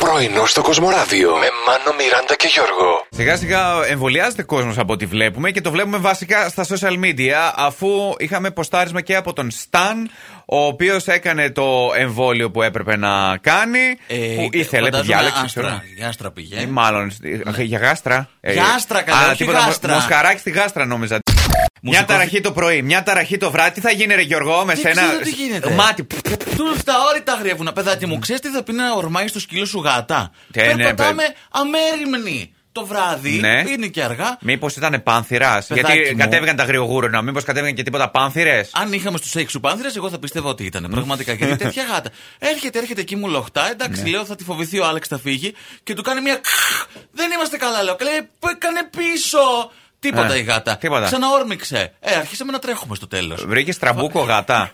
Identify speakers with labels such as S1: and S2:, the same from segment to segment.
S1: Πρωινό στο Κοσμοράδιο με Μάνο, Μιράντα και Γιώργο.
S2: Σιγά σιγά εμβολιάζεται κόσμος από ό,τι βλέπουμε και το βλέπουμε βασικά στα social media αφού είχαμε ποστάρισμα και από τον Σταν ο οποίος έκανε το εμβόλιο που έπρεπε να κάνει. που ήθελε, που
S3: Ε, φαντάζομαι
S2: διάλεξε.
S3: Άστρα,
S2: ξέρω.
S3: για άστρα πήγε.
S2: Ε, Μάλλον ε, για γάστρα. Ε,
S3: Για άστρα, καλά,
S2: α,
S3: όχι
S2: τίποτα, μο-
S3: γάστρα.
S2: Μοσχαράκι στη γάστρα νόμιζα. Μια
S3: Μουσικό-
S2: ταραχή το πρωί, μια ταραχή το βράδυ. Τι θα γίνει, ρε Γιώργο, με
S3: Δεν
S2: σένα.
S3: ξέρω τι γίνεται.
S2: Μάτι.
S3: Του τα όρη τα γρεύουν. Παιδάκι μου, ξέρεις τι θα πει να ορμάει στο σκύλο σου γάτα.
S2: Ε, ναι,
S3: Περπατάμε αμέριμνοι το βράδυ.
S2: Ναι.
S3: Είναι και αργά.
S2: Μήπως ήταν πάνθυρα.
S3: Παιδάκι
S2: Γιατί
S3: μου.
S2: κατέβηκαν τα γριογούρουνα. Μήπως κατέβηκαν και τίποτα πάνθυρες.
S3: Αν είχαμε στους έξι πάνθυρες, εγώ θα πίστευα ότι ήταν. Πραγματικά. Γιατί τέτοια γάτα. Έρχεται, έρχεται εκεί μου λοχτά.
S2: Ναι.
S3: Εντάξει, λέω θα τη φοβηθεί ο Άλεξ θα φύγει και του κάνει μια. κχ. Δεν είμαστε καλά, λέω. Και λέει, «Πού έκανε πίσω. Τίποτα
S2: Ε,
S3: η γάτα.
S2: τίποτα.
S3: Ξαναόρμηξε. Ε, αρχίσαμε να τρέχουμε στο τέλος.
S2: Βρήκες τραμπούκο γάτα.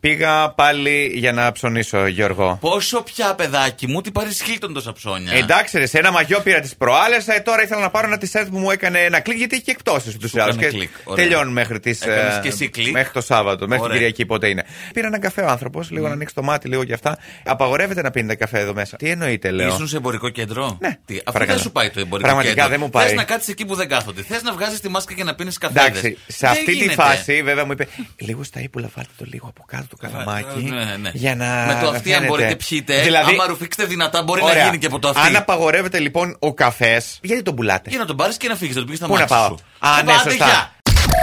S2: Πήγα πάλι για να ψωνίσω, Γιώργο.
S3: Πόσο πια παιδάκι μου, τι πάρει χίλτον τόσα ψώνια.
S2: Ε, Εντάξει, ρε, σε ένα μαγιό πήρα τις προάλλες. Ε, τώρα ήθελα να πάρω ένα t-shirt που μου έκανε ένα κλικ γιατί είχε εκπτώσει του ή άλλου.
S3: έκανε κλικ, ωραία.
S2: τελειώνουν μέχρι τις.
S3: Έκανες και εσύ κλικ.
S2: Μέχρι το Σάββατο, μέχρι
S3: Ωραία.
S2: την Κυριακή, πότε είναι. Πήρα έναν καφέ ο άνθρωπος, λίγο να ανοίξει το μάτι, λίγο και αυτά. Απαγορεύεται να πίνετε καφέ εδώ μέσα. Τι εννοείται, λέω.
S3: Ήσουν σε εμπορικό κέντρο.
S2: Ναι,
S3: Τι, αυτό
S2: παρακαλώ.
S3: δεν σου πάει το εμπορικό
S2: Πραγματικά
S3: κέντρο.
S2: δεν μου πάει.
S3: Θες να κάτσεις εκεί που δεν κάθονται. Θες να βγάζεις τη μάσκα και να πίνεις καφέ.
S2: Εντάξει, σε αυτή τη φάση βέβαια μου είπε λίγο στα ύπουλα βάλτε το λίγο από κάτω το καλαμάκι.
S3: Ναι, ναι.
S2: Για να
S3: Με το αυτή, αν
S2: φαίνεται. Δηλαδή,
S3: μπορείτε, πιείτε. Άμα ρουφήξετε δυνατά, μπορεί να
S2: Ωραία.
S3: γίνει και από το αυτή.
S2: Αν απαγορεύεται λοιπόν ο καφές, γιατί τον πουλάτε.
S3: Και να τον πάρεις και να φύγεις, να τον πήγε στα
S2: Πού να
S3: μάξι
S2: πάω?
S3: σου.
S2: Α, ναι,
S3: Άντε,
S2: σωστά.
S3: γεια.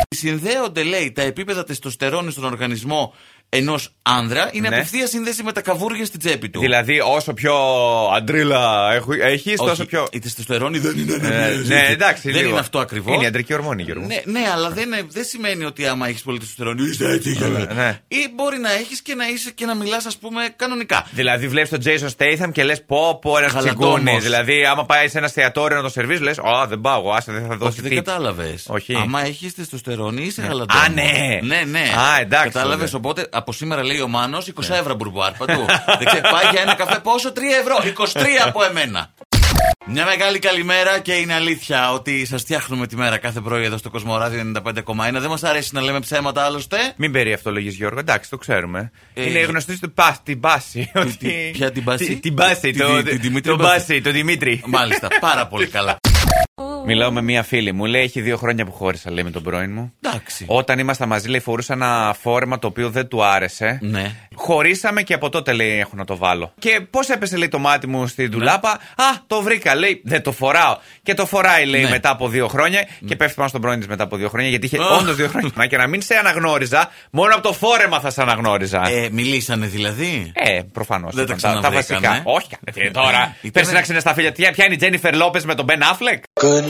S3: Συνδέονται, λέει, τα επίπεδα τεστοστερόνης στον οργανισμό ενός άνδρα είναι
S2: Ναι.
S3: απευθεία σύνδεση με τα καβούρια στην τσέπη του.
S2: Δηλαδή, όσο πιο αντρίλα έχεις,
S3: Όχι,
S2: τόσο πιο.
S3: Η τεστοστερόνη δεν είναι.
S2: Ε, ναι, εντάξει,
S3: Δεν
S2: λίγο.
S3: είναι αυτό ακριβώς.
S2: Είναι η αντρική ορμόνη, Γιώργο.
S3: Ναι, ναι, αλλά δεν, δεν σημαίνει ότι άμα έχεις πολύ τεστοστερόνη είσαι έτσι,
S2: Ε, ναι.
S3: Ή μπορεί να έχεις και να είσαι και να μιλάς, ας πούμε, κανονικά.
S2: Δηλαδή, βλέπεις τον Jason Statham και λες: Πω, πω, ένας
S3: Γαλατόμος.
S2: τσιγκούνι. Δηλαδή, άμα πάει σε ένα θεατόριο να το σερβίρει, λες: Α, δεν πάω, εγώ, άσε, δεν θα
S3: Όχι,
S2: δώσει
S3: δεν
S2: τίποτα.
S3: κατάλαβες.
S2: Όχι.
S3: Άμα έχεις τεστοστερόνη είσαι γαλατόμος.
S2: Α, ναι.
S3: Ναι, ναι.
S2: Α, εντάξει, Ναι.
S3: Κατάλαβε.
S2: τότε.
S3: Οπότε από σήμερα λέει ο Μάνος 20 ευρώ μπουρμπουάρπα του. δεν ξέρω, πάει για ένα καφέ πόσο 3 ευρώ. 23 από εμένα. Μια μεγάλη καλημέρα και είναι αλήθεια ότι σας φτιάχνουμε τη μέρα κάθε πρωί εδώ στο Κοσμοράδιο 95,1. Δεν μας αρέσει να λέμε ψέματα άλλωστε.
S2: Μην περιευτολογεί, Γιώργο. Εντάξει, το ξέρουμε.
S3: Ε,
S2: είναι γνωστή του πα, την πάση. ότι-
S3: ποια την πάση?
S2: Τι- Την πάση,
S3: Τη-
S2: το-
S3: τη- την Δημήτρη
S2: τον
S3: Μπάση.
S2: πάση, τον Δημήτρη.
S3: Μάλιστα, πάρα πολύ καλά.
S2: Μιλάω με μία φίλη μου. Λέει: Έχει δύο χρόνια που χώρισα, λέει με τον πρώην μου.
S3: Εντάξει.
S2: Όταν ήμασταν μαζί, λέει, φορούσα ένα φόρεμα το οποίο δεν του άρεσε.
S3: Ναι.
S2: Χωρίσαμε και από τότε, λέει, έχω να το βάλω. Και πώς έπεσε, λέει, το μάτι μου στην τουλάπα. Α, το βρήκα, λέει, δεν το φοράω. Και το φοράει, λέει,
S3: Ναι.
S2: μετά από δύο χρόνια. Και πέφτει πάνω στον πρώην της μετά από δύο χρόνια. Γιατί είχε
S3: Α.
S2: όντως δύο χρόνια. Μα και να μην σε αναγνώριζα, μόνο από το φόρεμα θα σε αναγνώριζα. Ε,
S3: Ε, μιλήσανε δηλαδή.
S2: προφανώς.
S3: Δεν τα
S2: τα
S3: ξαναβρήκαμε.
S2: βασικά. Όχι, ε, τώρα.
S3: Ήτανε-
S2: Πέρσι να ξενεσταφίλια. Τι- Ποια είναι η Τζένιφερ Λόπες με τον Μπεν Αφλεκ.